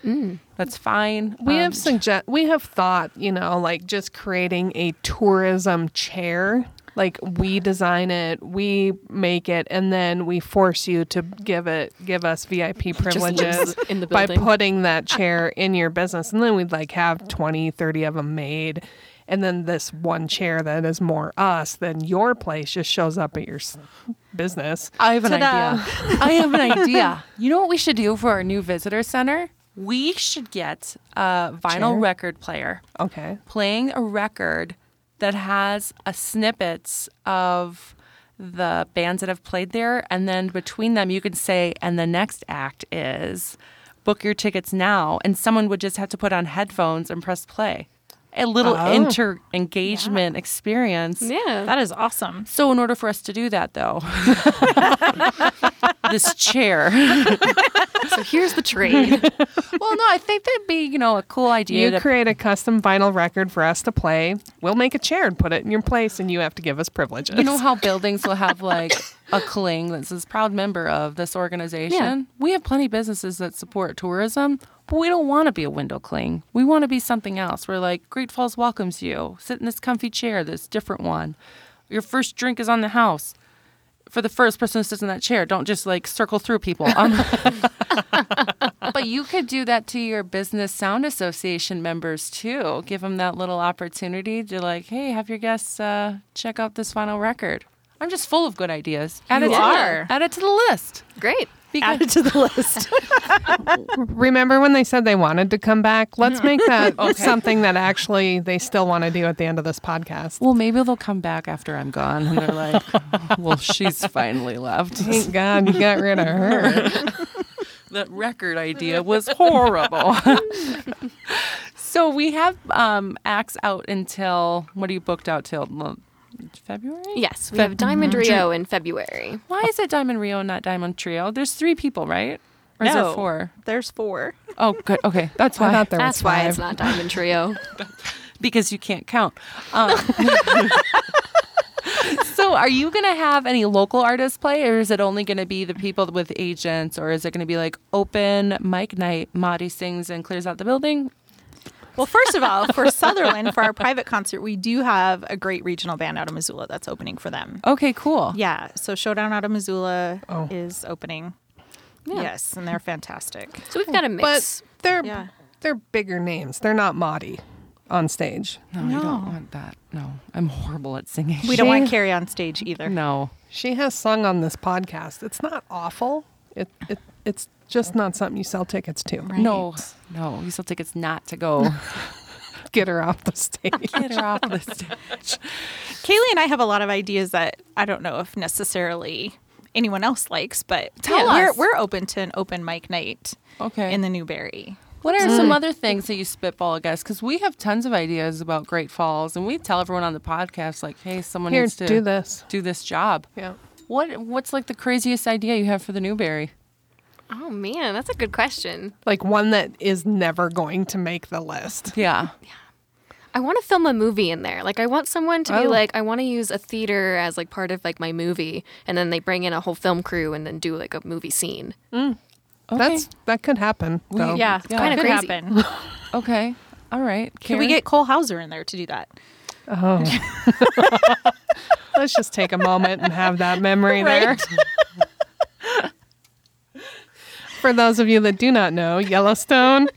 E: Mm.
A: that's fine.
C: We
A: Um,
C: have suggest we have thought, you know, like just creating a tourism chair. Like we design it, we make it, and then we force you to give it give us VIP privileges
D: lives in the
C: by
D: building.
C: putting that chair in your business. And then we'd like have 20, 30 of them made. And then this one chair that is more us than your place just shows up at your s- business.
A: I have an
E: Ta-da.
A: idea. I have an idea. You know what we should do for our new visitor center? We should get a vinyl
C: Chair?
A: record player.
C: Okay.
A: playing a record that has a snippets of the bands that have played there and then between them you could say and the next act is book your tickets now and someone would just have to put on headphones and press play a little
C: Oh.
A: inter engagement experience.
D: Yeah.
E: That is awesome.
A: So, in order for us to do that, though, this chair.
D: so here's the trade.
A: Well, no, I think that'd be, you know, a cool idea.
C: You
A: to-
C: create a custom vinyl record for us to play. We'll make a chair and put it in your place, and you have to give us privileges.
A: you know how buildings will have like a cling that says proud member of this organization? We have plenty of businesses that support tourism, but we don't want to be a window cling. We want to be something else. We're like, Great Falls welcomes you. Sit in this comfy chair, this different one. Your first drink is on the house. For the first person who sits in that chair, don't just like circle through people. Um, but you could do that to your business sound association members too. Give them that little opportunity to like, hey, have your guests uh, check out this final record. I'm just full of good ideas. Add it
E: You
A: to-
E: are.
A: add it to the list.
D: Great.
E: Add it to the list.
C: Remember when they said they wanted to come back? Let's make that
A: Okay.
C: something that actually they still want to do at the end of this podcast.
A: Well, maybe they'll come back after I'm gone, and they're like, "Well, she's finally left.
C: Thank God you got rid of her.
A: that record idea was horrible." so we have um, acts out until what are you booked out till Well, February?
D: Yes, we have Diamond Rio in February.
A: Why is it Diamond Rio and not Diamond Trio? There's three people, right? Or is there
E: No.
A: four?
E: There's four.
A: Oh, good. Okay, that's
C: I
A: why.
C: thought there was
D: That's why it's
C: five.
D: not Diamond Trio.
A: Because you can't count. Um, so, are you going to have any local artists play, or is it only going to be the people with agents, or is it going to be like open mic night? Madi sings and clears out the building.
E: Well, first of all, for Sutherland, for our private concert, we do have a great regional band out of Missoula that's opening for them.
A: Okay, cool.
E: Yeah. So Showdown out of Missoula
C: Oh.
E: is opening.
D: Yeah.
E: Yes, and they're fantastic.
D: So we've got a
C: But
D: mix.
C: they're
E: Yeah.
C: they're bigger names. They're not Maudie on stage.
A: No, I don't want that. No, I'm horrible at singing.
E: We don't want
C: She-
E: Carrie on stage either.
A: No.
C: She has sung on this podcast. It's not awful. It, it it's just not something you sell tickets to.
A: No, no. We still tickets not to go.
C: Get her off the stage.
A: Get her off the stage.
E: Kaylee and I have a lot of ideas that I don't know if necessarily anyone else likes, but
A: Tell
E: we're,
A: us.
E: we're open to an open mic night
A: Okay.
E: in the Newberry.
A: What are some other things that you spitball, I guess? Because we have tons of ideas about Great Falls, and we tell everyone on the podcast, like, "Hey, someone
C: Here,
A: needs to
C: do this.
A: do this job."
C: Yeah.
A: What What's like the craziest idea you have for the Newberry?
D: oh man, that's a good question.
C: Like one that is never going to make the list.
A: Yeah,
D: I want to film a movie in there. Like I want someone to be
C: Oh.
D: like I want to use a theater as like part of like my movie and then they bring in a whole film crew and then do like a movie scene.
A: okay.
C: That's that could happen.
A: We-
C: though.
A: Yeah,
E: it's
A: yeah.
E: kind of
D: Could
E: crazy.
D: happen.
A: okay. All right.
E: Can we
A: Karen?
E: get Cole Hauser in there to do that?
C: Oh. Let's just take a moment and have that memory there. For those of you that do not know, Yellowstone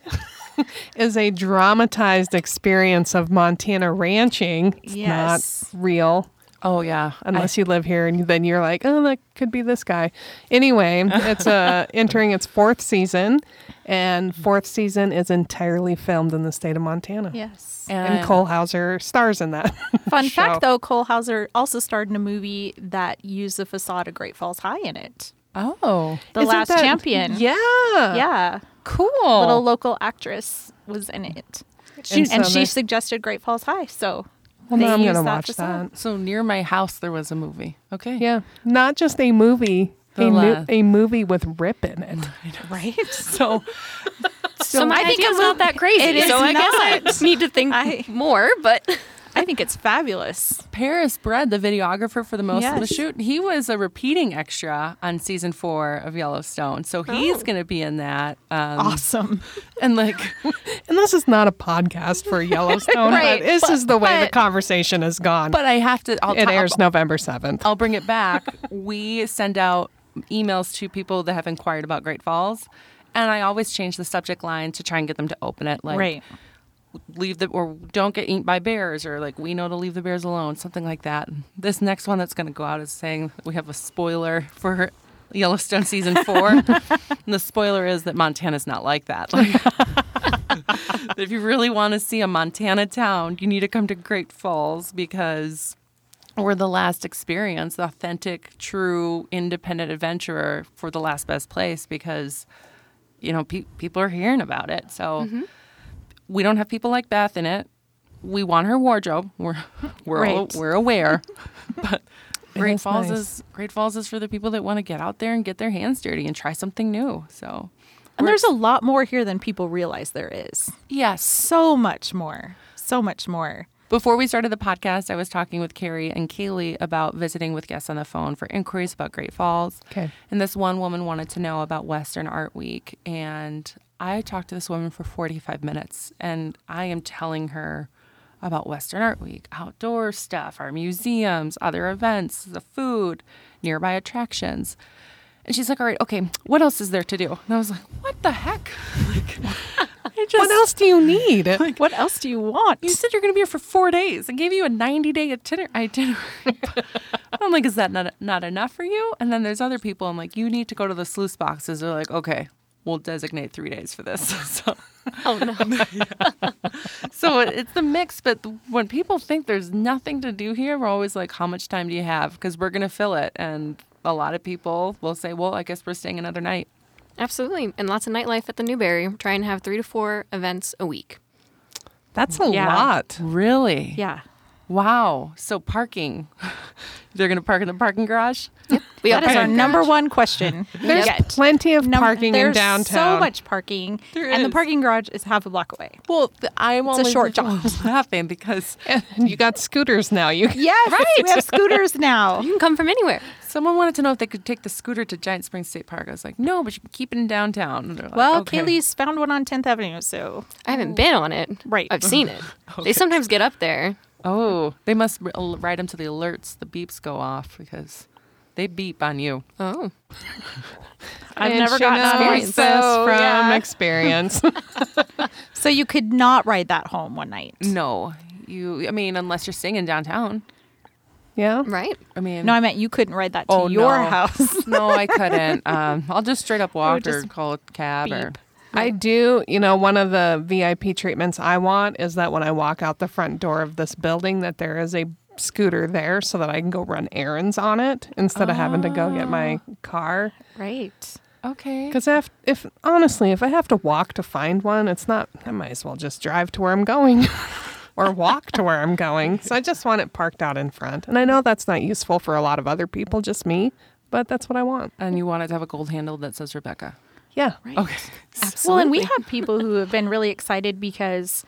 C: is a dramatized experience of Montana ranching. It's
E: Yes.
C: not real
A: Oh yeah.
C: unless you live here and then you're like oh that could be this guy anyway it's uh, entering its fourth season and fourth season is entirely filmed in the state of montana
E: Yes.
A: I-
C: and cole hauser stars in that
E: Fun
C: show.
E: fact though, Cole Hauser also starred in a movie that used the facade of Great Falls High in it.
A: Oh,
E: The
C: Isn't
E: Last
C: that-
E: Champion.
C: yeah
E: Yeah.
A: cool.
E: Little local actress was in it. She,
C: And
E: and
C: so
E: she
C: they-
E: suggested Great Falls High. So
C: well now
E: they
C: i'm
E: used
C: gonna
E: that
C: watch
E: facade.
C: that
A: so near my house, there was a movie. Okay.
C: yeah not just a movie
A: The
C: a, new,
A: last-
C: a movie with rip in it
E: Right?
A: So
D: So my
E: I think
D: idea's
E: a
D: not
E: movie-
D: that crazy.
E: it is
D: so I guess I need to think
E: I-
D: more, but
E: I think it's fabulous.
A: Paris Bread, the videographer for the most of the
E: Yes.
A: shoot, he was a repeating extra on season four of Yellowstone. So he's going to be in that. Um,
E: Awesome.
A: And like,
C: and this is not a podcast for yellowstone
D: Right,
C: but this
D: but-
C: is the way the
D: but-
C: conversation has gone
A: but I have to. I'll
C: it
A: ta-
C: airs november 7th
A: I'll bring it back. we send out emails to people that have inquired about Great Falls, and I always change the subject line to try and get them to open it. Like,
E: right.
A: leave the or don't get eaten by bears, or like we know to leave the bears alone, something like that. This next one that's going to go out is saying we have a spoiler for Yellowstone season four, and the spoiler is that Montana's not like that. Like, that if you really want to see a Montana town, you need to come to Great Falls because we're the last experience, the authentic, true, independent adventurer for the last best place because,
C: Mm-hmm.
A: you know, pe- people are hearing about it. So we don't have people like Beth in it. we want her wardrobe. We're we're
E: Right.
A: we're aware, but
C: It
A: Great
C: is
A: Falls
C: nice.
A: is Great Falls is for the people that want to get out there and get their hands dirty and try something new. So,
E: And
A: we're
E: there's
A: ex-
E: a lot more here than people realize there is.
A: yes.
E: So much more. So much more.
A: Before we started the podcast, I was talking with Carrie and Kaylee about visiting with guests on the phone for inquiries about Great Falls.
C: Okay.
A: And this one woman wanted to know about Western Art Week. And I talked to this woman for 45 minutes and I am telling her about Western Art Week, outdoor stuff, our museums, other events, the food, nearby attractions. And she's like, all right, okay, what else is there to do? And I was like, what the heck? Like, I
C: What
A: just-
C: else do you need?
E: What else do you want?
A: you said you're going to be here for four days. I gave you a 90 day itiner- itinerary. I'm like, is that not, not enough for you? And then there's other people. I'm like, you need to go to the sluice boxes. They're like, okay, we'll designate three days for this. so,
D: Oh no.
A: so it- it's the mix. But when people think there's nothing to do here, we're always like, how much time do you have? Because we're going to fill it. And a lot of people will say, well, I guess we're staying another night.
D: Absolutely. And lots of nightlife at the Newberry. Try and have three to four events a week.
C: That's a
E: Yeah.
C: lot.
A: Really?
E: Yeah.
A: Wow. So parking. They're going to park in the parking garage?
D: We
E: That
D: got
E: is our
D: parking
E: number
D: garage.
E: one question.
C: There's
E: Yet.
C: plenty of
E: Num-
C: parking in
E: there's
C: downtown.
E: So much parking,
A: There
E: and the
A: is.
E: parking garage is half a block away.
A: Well, th- I'm
E: It's a
A: only
E: short
A: the one laughing because
C: And you got scooters now. You
E: Yes, right. We have scooters now.
D: You can come from anywhere.
A: someone wanted to know if they could take the scooter to Giant Springs State Park. I was like, no, but you can keep it in downtown. And they're like,
E: Well,
A: okay.
E: Kaylee's found one on 10th Avenue, so
D: I haven't been on it.
E: Oh. Right.
D: I've seen it. They sometimes get up there.
A: Oh, they must r- al- ride them to the alerts. The beeps go off because they beep on you.
D: Oh.
E: I've
C: And
E: never
C: she
E: gotten on one.
C: knows
E: So,
C: this from
E: yeah.
C: experience.
E: so you could not ride that home one night.
A: No, you. I mean, unless you're staying in downtown.
C: yeah.
D: Right.
A: I mean,
E: No, I meant you couldn't ride that to
A: oh,
E: your
A: no.
E: house.
A: no, I couldn't. Um, I'll just straight up walk or
E: just
A: call a cab or.
E: beep.
C: I do, you know, one of the VIP treatments I want is that when I walk out the front door of this building that there is a scooter there so that I can go run errands on it instead of having to go get my car.
E: Right.
A: Okay.
C: Cuz if if honestly, if I have to walk to find one, it's not I might as well just drive to where I'm going. or walk to where I'm going. So I just want it parked out in front. And I know that's not useful for a lot of other people, just me, but that's what I want.
A: And you wanted to have a gold handle that says Rebecca.
C: Yeah.
E: Right.
A: Okay.
D: Absolutely.
E: Well, and we have people who have been really excited because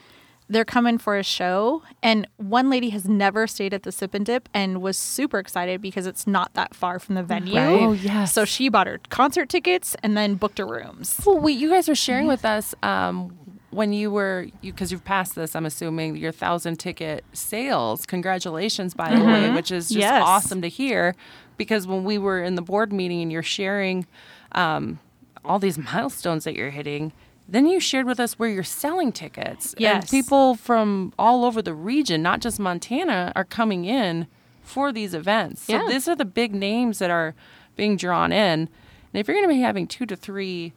E: they're coming for a show. And one lady has never stayed at the Sip and Dip and was super excited because it's not that far from the venue.
C: Right. Oh,
A: yes.
E: So she bought her concert tickets and then booked her rooms.
A: Well, we, you guys were sharing with us um, when you were you because you've passed this. I'm assuming your thousand ticket sales. Congratulations, by the way, which is just
E: Mm-hmm. Yes.
A: awesome to hear. Because when we were in the board meeting and you're sharing um, all these milestones that you're hitting, then you shared with us where you're selling tickets. and
E: Yes.
A: people from all over the region, not just Montana, are coming in for these events. So
D: Yeah.
A: this these are the big names that are being drawn in. And if you're going to be having two to three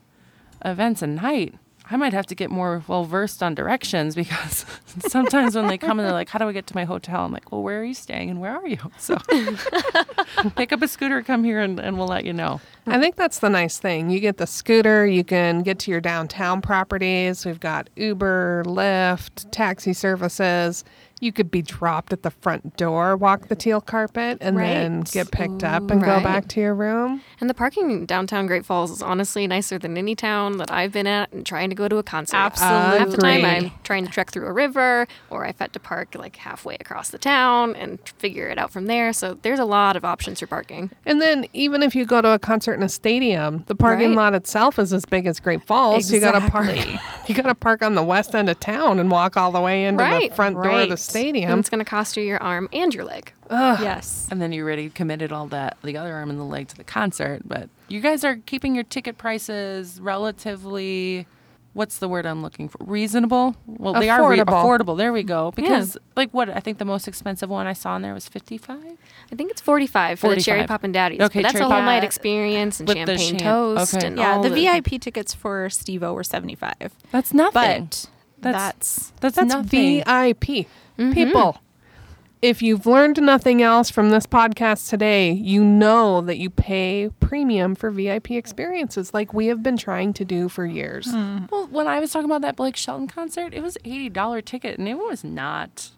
A: events a night, I might have to get more well versed on directions because sometimes when they come and they're like, "How do I get to my hotel?" I'm like, "Well, where are you staying and where are you?" So pick up a scooter, come here, and, and we'll let you know.
C: I think that's the nice thing. You get the scooter, you can get to your downtown properties. We've got Uber, Lyft, taxi services. You could be dropped at the front door, walk the teal carpet, and then
D: Right.
C: get picked up and go
D: Right.
C: back to your room.
D: And the parking in downtown Great Falls is honestly nicer than any town that I've been at and trying to go to a concert.
E: Absolutely.
D: Half the time
C: Agreed.
D: I'm trying to trek through a river or I've had to park like halfway across the town and t- figure it out from there. So there's a lot of options for parking.
C: And then, even if you go to a concert in a stadium, the parking
D: Right.
C: lot itself is as big as Great Falls. You got to park. You got to park on the west end of town and walk all the way into
D: Right,
C: the front door of the
E: right.
D: And
C: stadium.
D: it's going to cost you your arm and your leg.
E: Yes.
A: And then you already committed all that the other arm and the leg to the concert. But you guys are keeping your ticket prices relatively what's the word I'm looking for? Reasonable? Well they are re-
C: Affordable.
A: affordable. There we go. Because like what I think the most expensive one I saw in there was fifty five.
D: I think it's 45 for the cherry
A: 45.
D: pop and daddies.
A: Okay,
D: but that's
A: cherry
D: a whole
A: pop.
D: night
E: Yeah.
D: experience and
A: With the
D: champagne
A: champ-
D: toast
A: okay.
D: and
E: Yeah,
D: all
E: the
D: the
E: VIP tickets for Steve O were 75.
A: That's nothing.
E: But
A: That's- uh,
E: that's
A: that's,
C: That's
E: Mm-hmm.
A: nothing.
C: VIP people. if you've learned nothing else from this podcast today, you know that you pay premium for VIP experiences like we have been trying to do for years.
E: Hmm.
A: Well, when I was talking about that Blake Shelton concert, it was eighty dollar ticket, and it was not.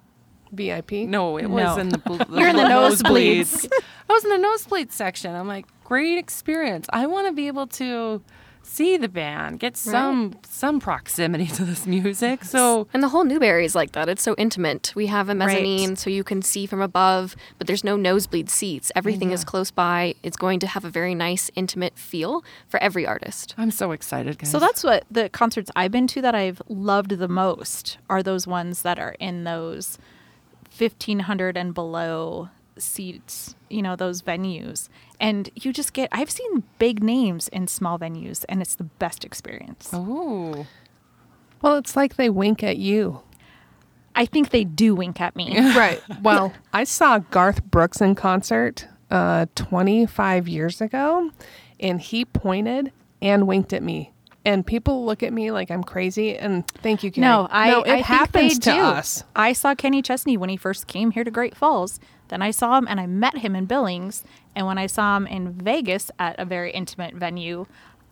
C: VIP?
A: No, it
E: No.
A: was in the, bl- the
E: You're in the
A: nosebleeds. I was in the nosebleed section. I'm like, great experience. I want to be able to see the band, get some some proximity to this music. So
D: And the whole Newberry is like that. It's so intimate. We have a mezzanine, so you can see from above, but there's no nosebleed seats. Everything is close by. It's going to have a very nice, intimate feel for every artist.
A: I'm so excited, guys.
E: So that's what the concerts I've been to that I've loved the most are those ones that are in those 1500 and below seats, you know, those venues. And you just get I've seen big names in small venues and it's the best experience.
A: Oh. Ooh.
C: Well, it's like they wink at you.
E: I think they do wink at me.
C: Right. Well, I saw Garth Brooks in concert uh, 25 years ago, and he pointed and winked at me. And people look at me like I'm crazy. And thank you, Carrie.
E: No, I,
C: no, it
E: I think
C: happens
E: they
C: to
E: do.
C: us.
E: I saw Kenny Chesney when he first came here to Great Falls. Then I saw him and I met him in Billings. And when I saw him in Vegas at a very intimate venue,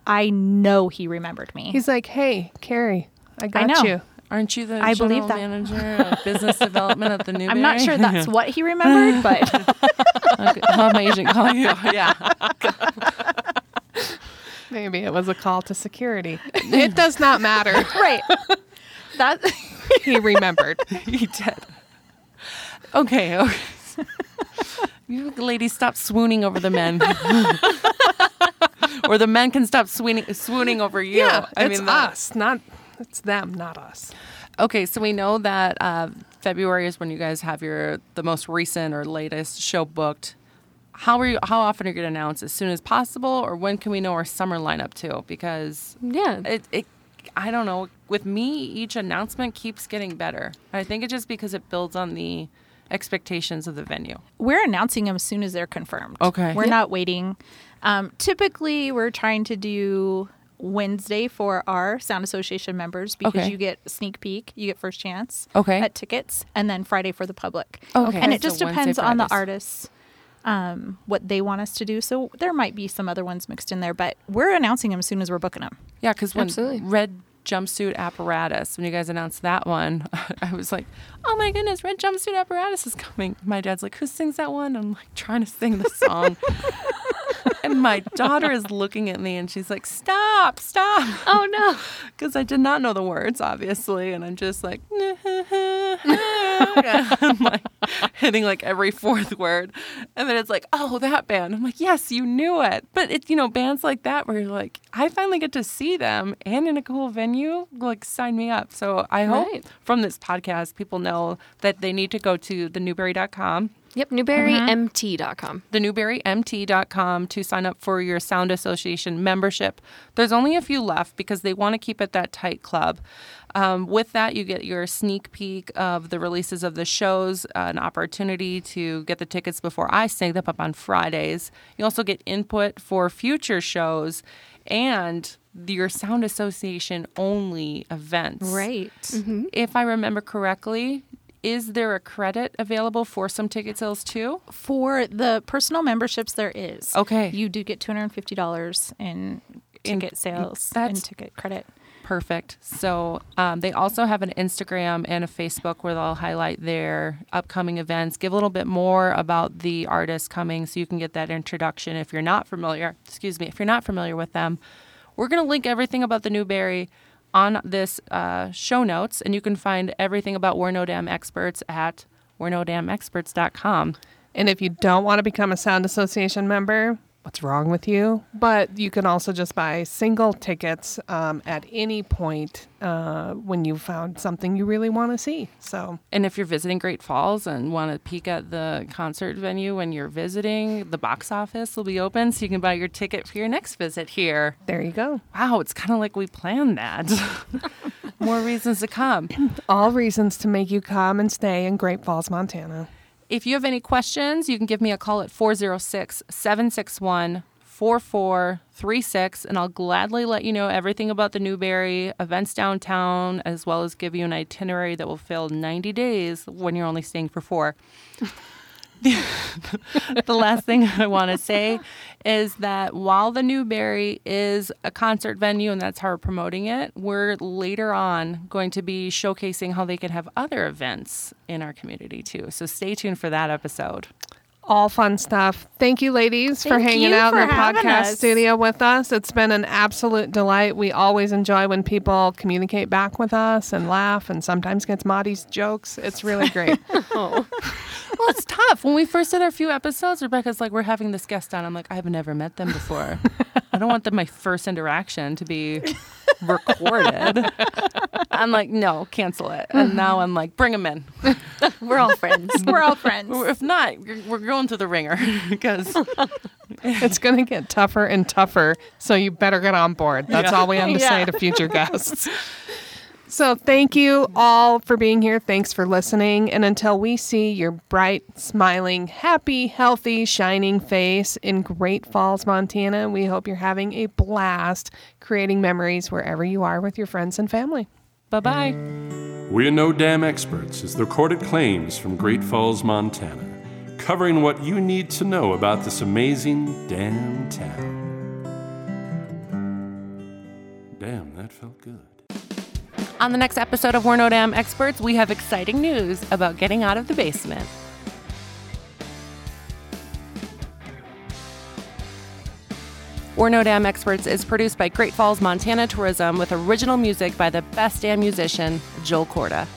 E: I know he remembered me.
C: He's like, "Hey, Carrie, I got
E: know.
C: you."
A: Aren't you the
E: I
A: general
E: believe that.
A: manager of business development at the Newberry?
E: I'm not sure that's what he remembered, but
A: Okay, I'll have my agent call you. Yeah.
C: Maybe it was a call to security. it does not matter.
E: right. That
C: He remembered.
A: he did. Okay. okay. you ladies stop swooning over the men. or the men can stop swooning, swooning over you.
C: yeah,
A: I
C: it's
A: mean, that-
C: us, not it's them, not us.
A: Okay, so we know that uh, February is when you guys have your the most recent or latest show booked. How are you? How often are you going to announce? As soon as possible, or when can we know our summer lineup too? Because
D: Yeah.
A: it, it I don't know. With me, each announcement keeps getting better. I think it's just because it builds on the expectations of the venue.
E: we're announcing them as soon as they're confirmed.
A: Okay.
E: We're
A: Yeah.
E: not waiting. Um, typically, we're trying to do Wednesday for our Sound Association members because
A: Okay.
E: you get sneak peek, you get first chance
A: Okay.
E: at tickets, and then Friday for the public.
A: Okay.
E: And it
A: So
E: just
A: Wednesday,
E: depends on the
A: Fridays.
E: artists. Um, what they want us to do. So there might be some other ones mixed in there, but we're announcing them as soon as we're booking them.
A: Yeah, because when
D: Absolutely.
A: red jumpsuit apparatus, when you guys announced that one, I was like, "Oh my goodness, red jumpsuit apparatus is coming!" My dad's like, "Who sings that one?" I'm like trying to sing the song, and my daughter is looking at me and she's like, "Stop, stop."
D: Oh, no.
A: because I did not know the words, obviously, and I'm just like, I'm like hitting like every fourth word, and then it's like, oh, that band. I'm like, yes, you knew it. But it's you know bands like that where you're like, I finally get to see them and in a cool venue, like sign me up. So I hope
D: Right.
A: from this podcast, people know that they need to go to thenewberry.com
D: Yep, newberrymt.com.
A: thenewberrymt.com to sign up for your sound association membership. There's only a few left because they want to keep it that tight club. Um, with that, you get your sneak peek of the releases of the shows, uh, an opportunity to get the tickets before I sing them up on Fridays. You also get input for future shows and your sound association only events. If I remember correctly, is there a credit available for some ticket sales too?
E: For the personal memberships, there is.
A: Okay.
E: You do get $250 in
A: In-
E: ticket sales
A: that's-
E: and ticket credit.
A: Perfect. So um, they also have an Instagram and a Facebook where they'll highlight their upcoming events, give a little bit more about the artists coming so you can get that introduction if you're not familiar. Excuse me, if you're not familiar with them. We're going to link everything about the Newberry on this uh, show notes, and you can find everything about We're No Damn Experts at we'renodamnexperts.com.
C: And if you don't want to become a sound association member, what's wrong with you? But you can also just buy single tickets um, at any point uh, when you found something you really want to see. So
A: And if you're visiting Great Falls and want to peek at the concert venue when you're visiting, the box office will be open so you can buy your ticket for your next visit here.
C: there you go.
A: Wow, it's kind of like we planned that. More reasons to come.
C: All reasons to make you come and stay in Great Falls, Montana.
A: If you have any questions, you can give me a call at 406 761 4436, and I'll gladly let you know everything about the Newberry, events downtown, as well as give you an itinerary that will fill 90 days when you're only staying for four the last thing I want to say is that while the Newberry is a concert venue and that's how we're promoting it, we're later on going to be showcasing how they can have other events in our community too. So stay tuned for that episode.
C: All fun stuff. Thank you, ladies, for
E: Thank
C: hanging
E: you
C: out in
E: for
C: the
E: having
C: podcast
E: us.
C: studio with us. It's been an absolute delight. We always enjoy when people communicate back with us and laugh, and sometimes gets Maddie's jokes. It's really great.
D: Oh,
A: Well, it's tough. When we first did our few episodes, Rebecca's like, "We're having this guest on." I'm like, "I've never met them before. I don't want them my first interaction to be recorded." I'm like, "No, cancel it." And now I'm like, "Bring them in."
D: we're all friends.
E: We're all friends.
A: Or If not, you're- we're going to the ringer because
C: it's going to get tougher and tougher, so you better get on board. That's all we have to say
E: Yeah.
C: to future guests. So, thank you all for being here. Thanks for listening. And until we see your bright, smiling, happy, healthy, shining face in Great Falls, Montana, we hope you're having a blast creating memories wherever you are with your friends and family.
A: bye bye.
B: We're No Damn Experts is the recorded claims from Great Falls, Montana, covering what you need to know about this amazing damn town. Damn, that felt good.
A: On the next episode of We're No Damn Experts, we have exciting news about getting out of the basement. We're No Damn Experts is produced by Great Falls, Montana Tourism with original music by the best damn musician, Joel Corda.